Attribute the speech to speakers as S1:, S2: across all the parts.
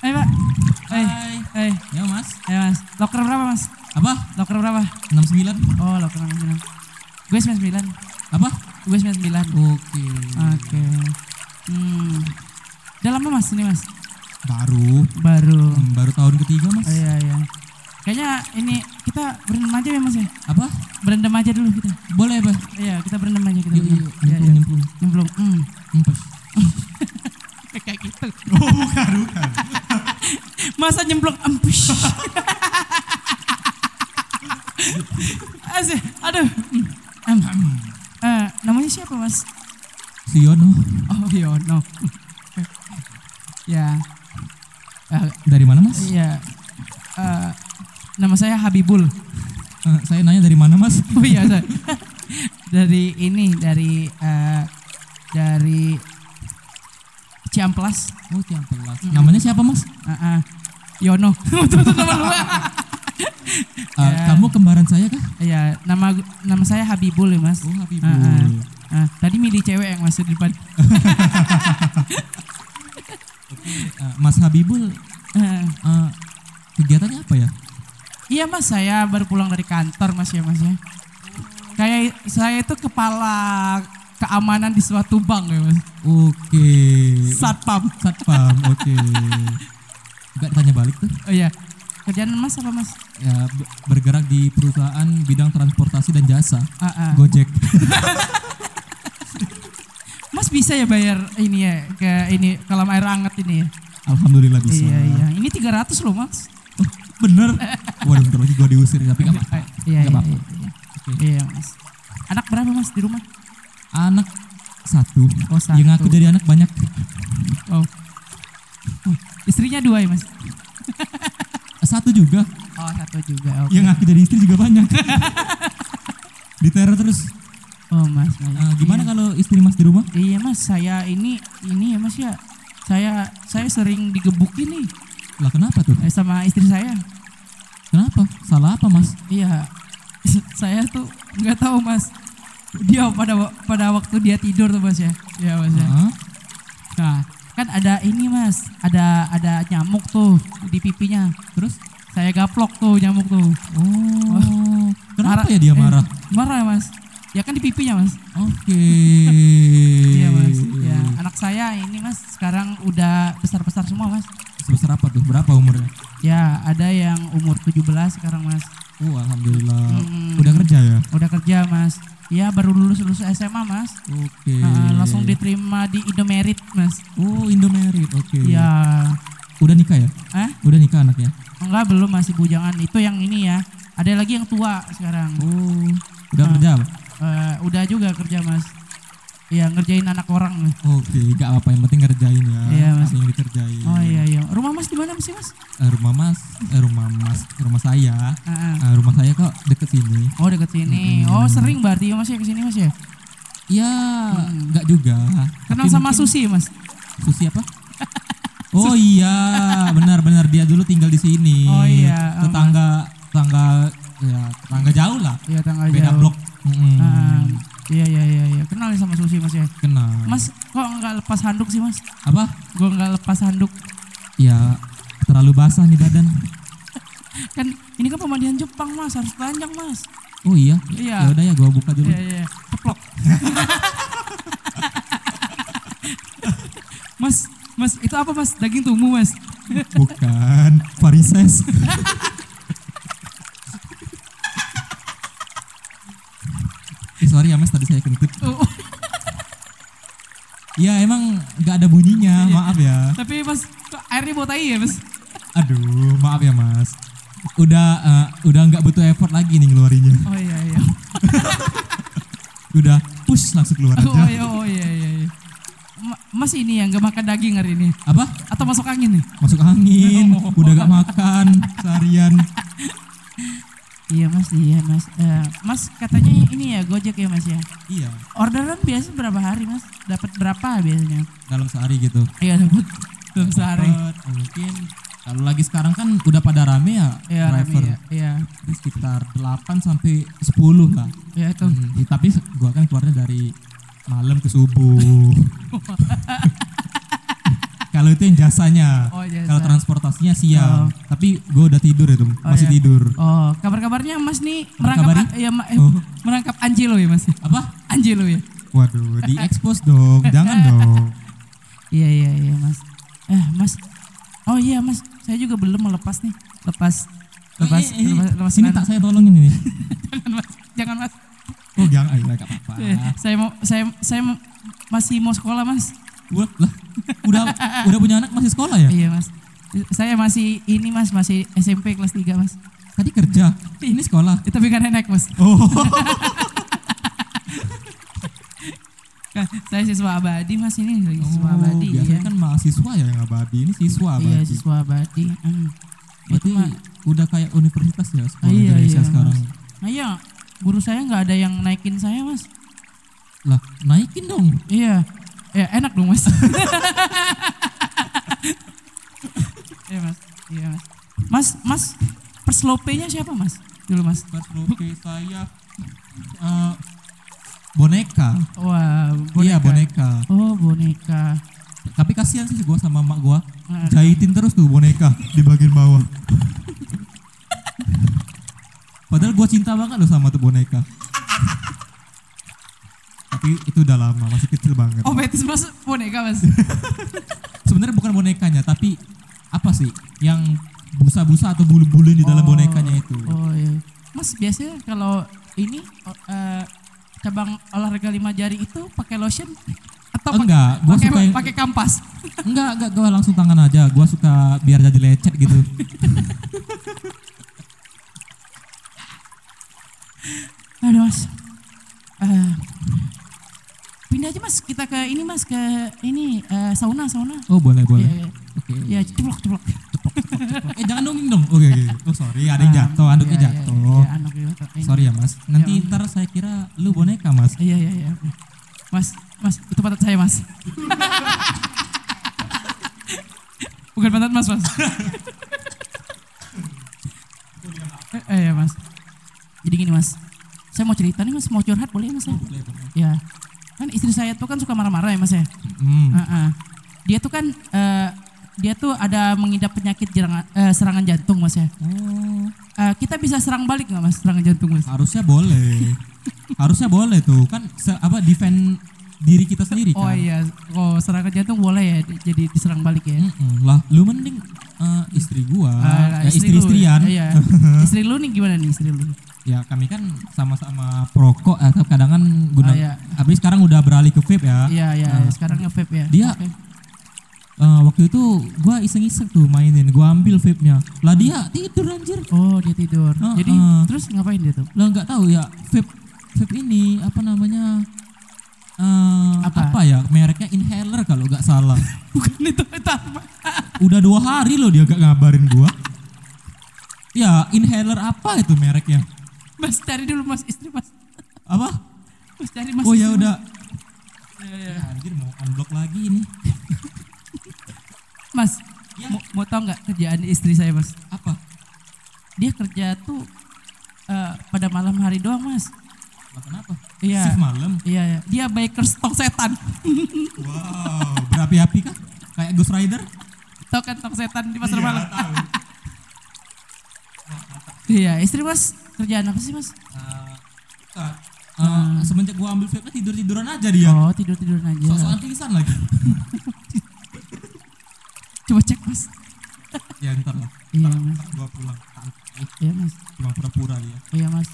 S1: Hai Pak. Hai.
S2: Hai.
S1: Hai.
S2: Ya mas,
S1: Hai Mas. Loker berapa Mas?
S2: apa?
S1: Loker berapa?
S2: 69?
S1: Oh loker 69. Gue 99.
S2: Apa?
S1: Gue 99. Oke.
S2: Oke.
S1: Hmm. Udah lama Mas ini Mas?
S2: Baru,
S1: Baru.
S2: hmm, baru tahun ketiga mas.
S1: Oh, iya iya. Kayaknya ini kita berendam aja ya Mas ya.
S2: Apa?
S1: Berendam aja dulu kita.
S2: Boleh apa?
S1: Iya, kita berendam aja kita. berendam.
S2: Yuk, yuk, nyemplung,
S1: Nyemplung.
S2: nyemplung.
S1: Hmm.
S2: Empes.
S1: Kayak gitu. Oh, bukan, bukan. Masa nyemplung empus. Asih, aduh. Hmm, em. Eh, namanya siapa, Mas?
S2: Siono,
S1: Oh, Yono. ya. Eh,
S2: dari mana mas?
S1: iya. Eh, nama saya Habibul.
S2: Eh, saya nanya dari mana mas?
S1: Oh iya, saya. dari ini, dari eh, dari Ciamplas.
S2: Oh Ciampelas. Namanya siapa mas?
S1: Ah, ah. Yono. Itu teman gua.
S2: Eh, Kamu kembaran saya kah?
S1: Iya, nama gu- nama saya Habibul ya mas.
S2: Oh Habibul.
S1: Ah, ah. Ah, tadi milih cewek yang masih di depan.
S2: Eh, mas Habibul,
S1: Ah,
S2: eh, kegiatannya apa ya?
S1: iya mas, saya baru pulang dari kantor mas ya mas ya. Kayak saya itu kepala keamanan di suatu bank ya mas.
S2: Oke.
S1: Satpam.
S2: Satpam. Oke. Gak tanya balik tuh.
S1: Oh iya. Kerjaan mas apa mas?
S2: Ya, be- bergerak di perusahaan bidang transportasi dan jasa.
S1: Ah, ah.
S2: Gojek.
S1: Mas bisa ya bayar ini ya ke ini kolam air anget ini ya?
S2: Alhamdulillah bisa.
S1: Iya iya. Ini 300 loh mas.
S2: Oh, bener. Waduh, bentar lagi gua diusir ya, tapi gak apa-apa.
S1: Ah, Iya
S2: Nggak
S1: iya,
S2: apa-apa.
S1: iya, iya. Iya mas. Anak berapa mas di rumah?
S2: Anak satu.
S1: Oh, satu.
S2: Yang aku jadi anak banyak.
S1: Oh. Oh, Istrinya dua ya mas?
S2: Satu juga.
S1: Oh satu juga. oke.
S2: Yang aku jadi istri juga banyak. Diteror terus.
S1: Oh mas, mas.
S2: Eh, gimana kalau istri mas di rumah?
S1: Iya mas, saya ini ini ya mas ya. Saya saya sering digebukin nih
S2: Lah kenapa tuh?
S1: eh, sama istri saya.
S2: Kenapa? Salah apa mas?
S1: Iya, saya tuh nggak tahu mas. Dia pada wa- pada waktu dia tidur tuh mas ya. Iya mas ya.
S2: Hah?
S1: Nah, kan ada ini mas, ada ada nyamuk tuh di pipinya. Terus saya gaplok tuh nyamuk tuh.
S2: Oh, kenapa
S1: Marah-
S2: ya dia
S1: eh,
S2: marah?
S1: marah ya mas. Ya kan di pipinya mas.
S2: Oke.
S1: Iya mas.
S2: Hmm.
S1: Ya anak saya ini mas sekarang udah besar besar semua mas.
S2: Sebesar apa tuh? Berapa umurnya?
S1: Ya, ada yang umur 17 sekarang, Mas.
S2: Oh, alhamdulillah.
S1: Mm-mm.
S2: Udah kerja ya?
S1: Udah kerja, Mas. Ya, baru lulus lulus SMA, Mas.
S2: Oke.
S1: Nah, langsung diterima di Indomerit, Mas.
S2: Oh, Indomerit. Oke.
S1: Ya.
S2: Udah nikah ya?
S1: Hah?
S2: Udah nikah anaknya?
S1: Enggak, belum masih bujangan. Itu yang ini ya. Ada lagi yang tua sekarang. Ah.
S2: Oh, udah kerja. apa?
S1: Eh, udah juga kerja, Mas. Ya, ngerjain anak orang. Mas.
S2: Oke, gak apa yang penting ngerjain ya.
S1: Iya, Mas.
S2: Apa yang dikerjain.
S1: Oh iya iya. Rumah Mas di mana sih, Mas?
S2: Eh, rumah Mas, eh, rumah Mas, rumah saya.
S1: Ah, ah.
S2: Eh, rumah saya kok deket sini.
S1: Oh, deket sini.
S2: Hmm.
S1: Oh, sering berarti ya, Mas ya ke sini, Mas ya?
S2: Iya, nggak juga.
S1: Kenal
S2: Tapi
S1: sama
S2: mungkin-
S1: Susi, Mas.
S2: Susi apa? Oh iya, benar-benar dia dulu tinggal di sini.
S1: Oh iya, oh,
S2: Tetangga, tetangga, ya tetangga jauh lah.
S1: Iya, tanggal
S2: Beda
S1: jauh.
S2: blok. Mm,
S1: Ah, Iya iya iya iya. Kenal sama Susi, Mas ya?
S2: Kenal.
S1: Mas, kok nggak lepas handuk sih mas?
S2: Apa?
S1: Gue nggak lepas handuk.
S2: Ya terlalu basah nih badan.
S1: Kan ini kan pemandian Jepang mas, harus telanjang mas.
S2: Oh iya.
S1: Iya.
S2: Ya udah ya, gua buka dulu.
S1: Iya iya, keplok. mas, mas itu apa mas? Daging tumbuh mas?
S2: Bukan varises. Eh, sorry ya mas tadi saya kentut.
S1: Oh, oh,
S2: Ya emang nggak ada bunyinya,
S1: Iya.
S2: maaf ya.
S1: tapi mas kok airnya bau tai ya mas?
S2: Aduh, maaf ya mas. Udah eh, udah nggak butuh effort lagi nih ngeluarinnya.
S1: Oh iya iya.
S2: Udah push langsung keluar
S1: Oh
S2: aja.
S1: iya oh iya iya. iya. Ma- Mas ini yang nggak makan daging hari ini?
S2: Apa?
S1: Atau masuk angin nih?
S2: Masuk angin, udah nggak makan seharian.
S1: Iya mas, iya mas. Eh, mas katanya ini ya gojek ya mas ya?
S2: Iya,
S1: Orderan biasa berapa hari mas? Dapat berapa biasanya?
S2: dalam sehari gitu.
S1: Iya dapat dalam sehari.
S2: Dapat, Mungkin kalau lagi sekarang kan udah pada rame ya
S1: Iya,
S2: driver.
S1: Rami, iya.
S2: Itu sekitar 8 sampai 10 lah.
S1: Iya, itu.
S2: Hmm, tapi se- gua kan keluarnya dari malam ke subuh. Kalau itu yang jasanya.
S1: Oh, jasa. Oh.
S2: Kalau transportasinya siang. Tapi gue udah tidur itu, masih
S1: iya.
S2: tidur.
S1: Oh, kabar-kabarnya Mas nih
S2: Kabar-kabari?
S1: merangkap ya, ma- eh,
S2: Oh.
S1: merangkap anji lo ya Mas.
S2: Apa?
S1: Anji lo ya.
S2: Waduh, di expose dong, jangan dong.
S1: Iya iya iya Mas. Eh Mas. Oh iya Mas, saya juga belum melepas nih. Lepas lepas
S2: Eh, eh, eh,
S1: lepas, lepas
S2: sini tak
S1: celana.
S2: saya tolongin ini.
S1: jangan Mas. Jangan Mas.
S2: Oh, jangan, ayo enggak apa-apa.
S1: Eh, Saya mau saya saya mau- masih mau sekolah Mas.
S2: Wah, lah, udah udah punya anak masih sekolah ya?
S1: Iya Mas. Saya masih ini Mas, masih SMP kelas 3 Mas.
S2: Tadi kerja, ini sekolah.
S1: Eh, Tapi kan enak Mas.
S2: Oh,
S1: Kan, Saya siswa abadi Mas ini lagi siswa abadi.
S2: biasanya
S1: iya.
S2: kan mahasiswa ya yang abadi, ini siswa abadi.
S1: Iya, siswa abadi. Hmm.
S2: Berarti
S1: Itu mah
S2: udah kayak universitas ya sekolah
S1: Iya,
S2: Indonesia
S1: iya,
S2: sekarang.
S1: Mas. Ayo, guru saya nggak ada yang naikin saya, Mas.
S2: Lah, naikin dong.
S1: Iya. Ya, enak dong, Mas. Iya, Mas. Iya, Mas. Mas, Mas, perslopenya siapa, Mas? Dulu, Mas.
S2: Pas oke saya eh, boneka.
S1: Wah, boneka.
S2: Iya, boneka.
S1: Oh, boneka.
S2: Tapi kasihan sih gua sama mak gua.
S1: Nah,
S2: Jahitin terus tuh boneka di bagian bawah. Padahal gua cinta banget loh sama tuh boneka. Tapi itu udah lama, masih kecil banget.
S1: Oh, betis Mas boneka, Mas.
S2: Sebenarnya bukan bonekanya, tapi apa sih yang busa-busa atau bulu-bulu di dalam
S1: Oh,
S2: bonekanya itu?
S1: Oh, iya. Mas, biasanya kalau ini o- eh, cabang olahraga lima jari itu pakai lotion atau pakai
S2: enggak, gua
S1: pakai-
S2: suka yang
S1: pakai kampas?
S2: enggak, enggak gua langsung tangan aja. Gua suka biar jadi lecet gitu.
S1: Aduh mas. Eh, pindah aja mas kita ke ini mas ke ini eh, sauna sauna.
S2: Oh, boleh, boleh.
S1: Ya,
S2: Oke.
S1: ya, ya ceplok ceplok. iya.
S2: Eh, jangan dongeng dong. Oke, oke. Oh, sorry, ada yang jatuh, anduknya
S1: Ya, ya,
S2: jatuh.
S1: ya, ya, anduk jatuh. Ini.
S2: Sorry ya mas, nanti
S1: Ya.
S2: ntar saya kira lu boneka mas.
S1: Iya iya iya. Mas mas itu pantat saya mas. Bukan pantat mas mas. eh, eh, ya mas. Jadi gini mas, saya mau cerita nih mas mau curhat boleh mas ya? Ya. Kan istri saya tuh kan suka marah-marah ya mas ya.
S2: Hmm.
S1: Heeh. Dia tuh kan eh, dia tuh ada mengidap penyakit jerangan- eh, serangan jantung mas ya.
S2: Oh,
S1: Eh, kita bisa serang balik nggak mas serangan jantung mas?
S2: harusnya boleh, harusnya boleh tuh kan se- apa defend diri kita sendiri
S1: Oh
S2: kan.
S1: iya, oh serangan jantung boleh ya di- jadi diserang balik ya.
S2: Mm-mm. Lah, lu mending eh, istri gua,
S1: Ah,
S2: ya,
S1: istri lu-
S2: istri-istrian.
S1: Iya. istri lu nih gimana nih istri lu?
S2: Ya kami kan sama-sama perokok atau kadang kan guna.
S1: Ah, iya.
S2: Habis sekarang udah beralih ke vape ya.
S1: Iya iya
S2: Ah.
S1: sekarang nge vape ya.
S2: Dia-
S1: Oke.
S2: Eh, waktu itu gua iseng-iseng tuh mainin, gua ambil vape-nya. Lah dia tidur anjir.
S1: Oh dia tidur.
S2: Ah,
S1: jadi
S2: ah.
S1: terus ngapain dia tuh?
S2: Lah nggak tahu ya vape vape ini apa namanya? eh
S1: Apa?
S2: apa? ya mereknya inhaler kalau nggak salah.
S1: Bukan itu itu apa?
S2: Udah dua hari loh dia gak ngabarin gua. Ya inhaler apa itu mereknya?
S1: Mas cari dulu mas istri mas.
S2: Apa?
S1: Mas cari mas.
S2: Oh ya
S1: istri, Mas.
S2: udah.
S1: Iya, iya.
S2: Ya, Anjir mau unblock lagi ini.
S1: Mas,
S2: Ya.
S1: mau, mau tau nggak kerjaan istri saya mas?
S2: Apa?
S1: Dia kerja tuh eh, pada malam hari doang mas.
S2: Lah, kenapa?
S1: Iya.
S2: Shift malam.
S1: Iya, iya. dia biker stok setan.
S2: Wow, berapi-api kah? Kayak Ghost Rider?
S1: Tau kan stok setan di pasar
S2: Iya,
S1: malam?
S2: tahu.
S1: Iya, istri mas kerjaan apa sih mas?
S2: Eh, eh, eh, semenjak gua ambil vape tidur tiduran aja dia.
S1: Nah. Oh tidur tiduran aja.
S2: Sok-sokan pingsan lagi.
S1: Coba cek mas.
S2: ya ntar lah.
S1: Iya mas,
S2: Gua pulang. Ah.
S1: iya mas,
S2: Cuma pura-pura dia.
S1: iya mas.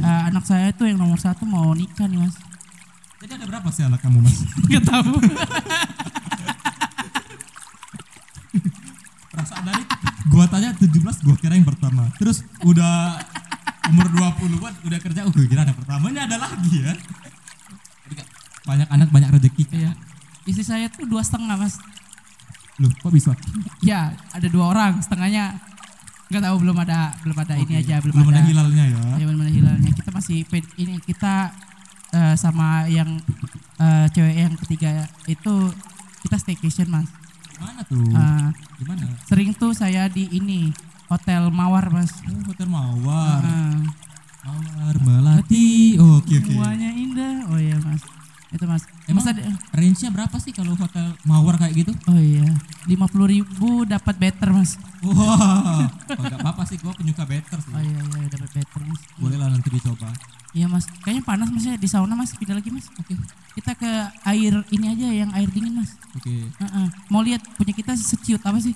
S1: Eh, anak saya itu yang nomor satu mau nikah nih mas.
S2: Jadi ada berapa sih anak kamu mas?
S1: Gak tahu.
S2: Perasaan dari gua tanya 17 gua kira yang pertama. Terus udah umur 20-an udah kerja oh gua kira anak pertamanya ada lagi ya. Jadi kan Banyak anak banyak rezeki
S1: iya.
S2: kayak.
S1: Istri saya tuh dua setengah mas.
S2: Loh, kok bisa?
S1: Ya ada dua orang, setengahnya nggak tahu belum ada belum ada ini
S2: Oke,
S1: aja belum,
S2: belum ada
S1: ada
S2: hilalnya ya.
S1: Ya, benar hilalnya. Kita masih ped- ini kita eh, sama yang eh, cewek yang ketiga itu kita staycation mas.
S2: Mana tuh?
S1: Eh,
S2: Gimana?
S1: sering tuh saya di ini hotel mawar mas.
S2: Oh, hotel Mawar.
S1: Eh,
S2: Mawar Melati. Oh, oke oke.
S1: Semuanya indah. Oh iya mas. Itu mas.
S2: Emang
S1: Mas ada-
S2: range-nya berapa sih kalau hotel mawar kayak gitu?
S1: Oh iya, lima puluh ribu dapat better mas.
S2: Hmm. Wah, oh, nggak apa-apa sih, gua penyuka better sih.
S1: Oh iya iya dapat better mas.
S2: Boleh lah nanti dicoba.
S1: Iya mas, kayaknya panas mas ya di sauna mas. Pindah lagi mas. Oke, kita ke air ini aja yang air dingin mas.
S2: Oke.
S1: Heeh. Mau lihat punya kita secute apa sih?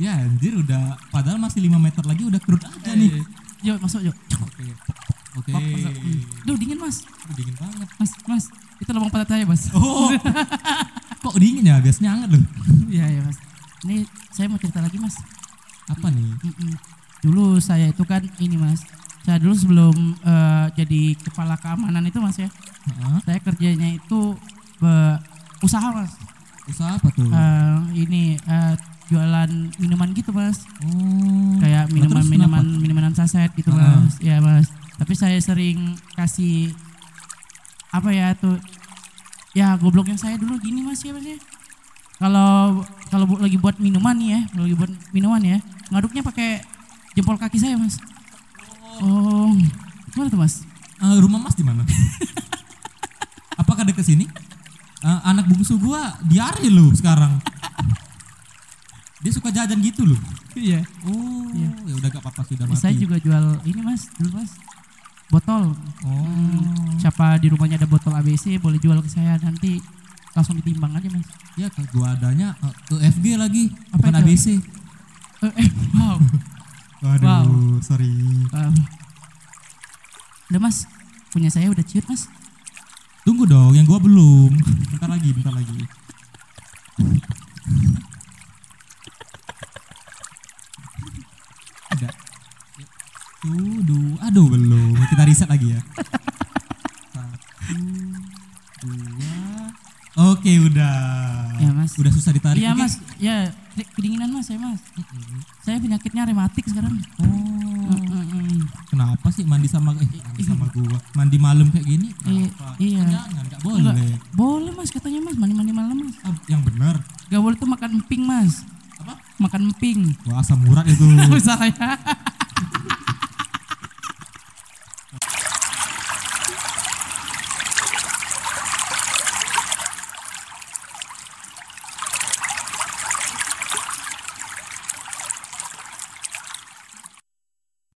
S2: Ya anjir udah, padahal masih 5 meter lagi udah kerut aja nih.
S1: Yuk masuk yuk.
S2: Oke. Oke.
S1: Pop, masuk. Hmm. Duh dingin mas,
S2: Aduh, Dingin banget.
S1: mas mas. Itu lubang pantat saya mas.
S2: Oh. Kok dingin ya? Biasanya hangat loh.
S1: Iya iya mas. Ini saya mau cerita lagi mas.
S2: Apa nih?
S1: Mm-mm. Dulu saya itu kan ini mas. Saya dulu sebelum eh, jadi kepala keamanan itu mas ya.
S2: Heeh.
S1: Saya kerjanya itu eh, usaha mas.
S2: Usaha apa tuh?
S1: Eh, ini eh, jualan minuman gitu mas.
S2: oh.
S1: Kayak
S2: Nah,
S1: minuman
S2: terus
S1: minuman minumanan saset gitu
S2: Ah.
S1: mas. Iya mas. Tapi saya sering kasih apa ya tuh. Ya gobloknya saya dulu gini mas ya mas ya. Kalau kalau bu- lagi buat minuman nih ya, kalau lagi buat minuman ya, ngaduknya pakai jempol kaki saya mas. Oh, gimana tuh mas?
S2: kenapa? Eh, rumah Mas di mana? Apakah dekat sini? Eh, anak bungsu gua diare loh sekarang. Dia suka jajan gitu loh.
S1: Iya.
S2: Oh,
S1: Iya.
S2: ya udah gak apa-apa sudah
S1: Saya
S2: mati.
S1: juga jual ini mas, dulu mas, botol.
S2: Oh,
S1: Hmm. Siapa di rumahnya ada botol ABC boleh jual ke saya nanti langsung ditimbang aja mas.
S2: ya kalau gua adanya eh, ke FG lagi,
S1: Apa
S2: bukan
S1: itu?
S2: ABC.
S1: Eh, eh, wow.
S2: Waduh,
S1: Wow.
S2: sorry.
S1: Wow. Udah mas, punya saya udah ciut mas.
S2: Tunggu dong, yang gua belum. Bentar lagi, bentar lagi. Ada. Tuh, duh. aduh belum. Kita riset lagi ya. Satu, dua. Oke, udah.
S1: Iya, Mas.
S2: Udah susah ditarik.
S1: Iya
S2: oke?
S1: mas, ya ke- kedinginan mas saya mas. Saya penyakitnya rematik sekarang.
S2: Oh.
S1: Mm, mm, mm.
S2: Kenapa sih mandi sama eh, mandi sama gua? Mandi malam kayak gini?
S1: Iya,
S2: Kenapa?
S1: iya.
S2: Jangan, nggak boleh.
S1: Enggak, boleh mas katanya mas mandi-mandi malam mas.
S2: Ah, yang benar.
S1: Gak boleh tuh makan emping mas.
S2: Apa?
S1: Makan emping.
S2: Wah, asam urat itu.
S1: Usaha saya.